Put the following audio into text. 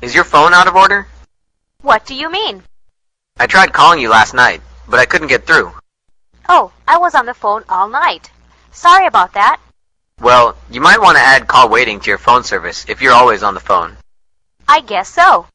Is your phone out of order? What do you mean? I tried calling you last night, but I couldn't get through. Oh, I was on the phone all night. Sorry about that. Well, you might want to add call waiting to your phone service if you're always on the phone. I guess so.